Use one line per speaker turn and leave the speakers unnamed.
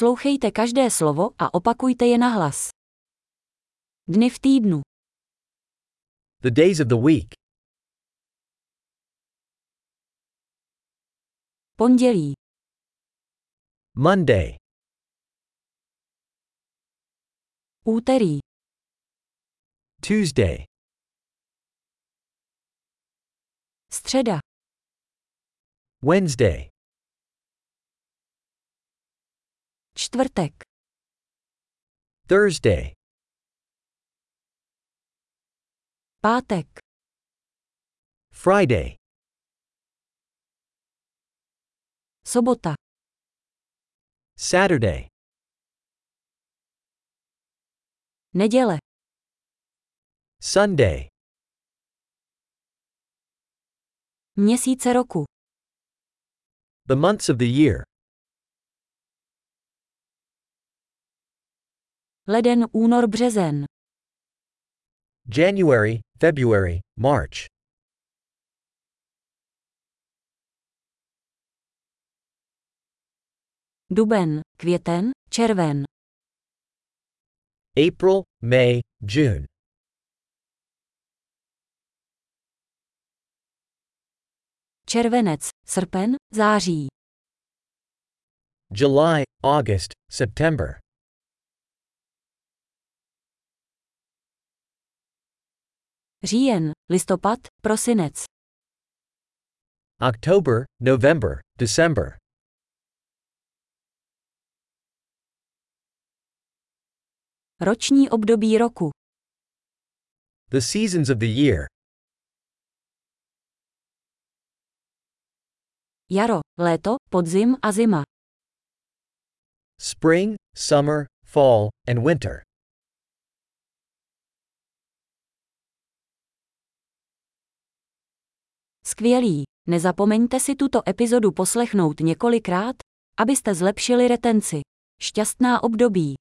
Poslouchejte každé slovo a opakujte je na hlas. Dny v týdnu,
The days of the week
pondělí,
Monday,
úterý,
Tuesday,
středa,
Wednesday,
čtvrtek,
Thursday,
pátek,
Friday,
sobota,
Saturday,
neděle,
Sunday,
měsíce roku,
the months of the year
leden, únor, březen,
January, February, March,
duben, květen, červen,
April, May, June,
červenec, srpen, září,
July, August, September,
říjen, listopad, prosinec,
October, November, December,
roční období roku,
the seasons of the year
jaro, léto, podzim a zima,
spring, summer, fall, and winter,
Skvělý! Nezapomeňte si tuto epizodu poslechnout několikrát, abyste zlepšili retenci. Šťastná období!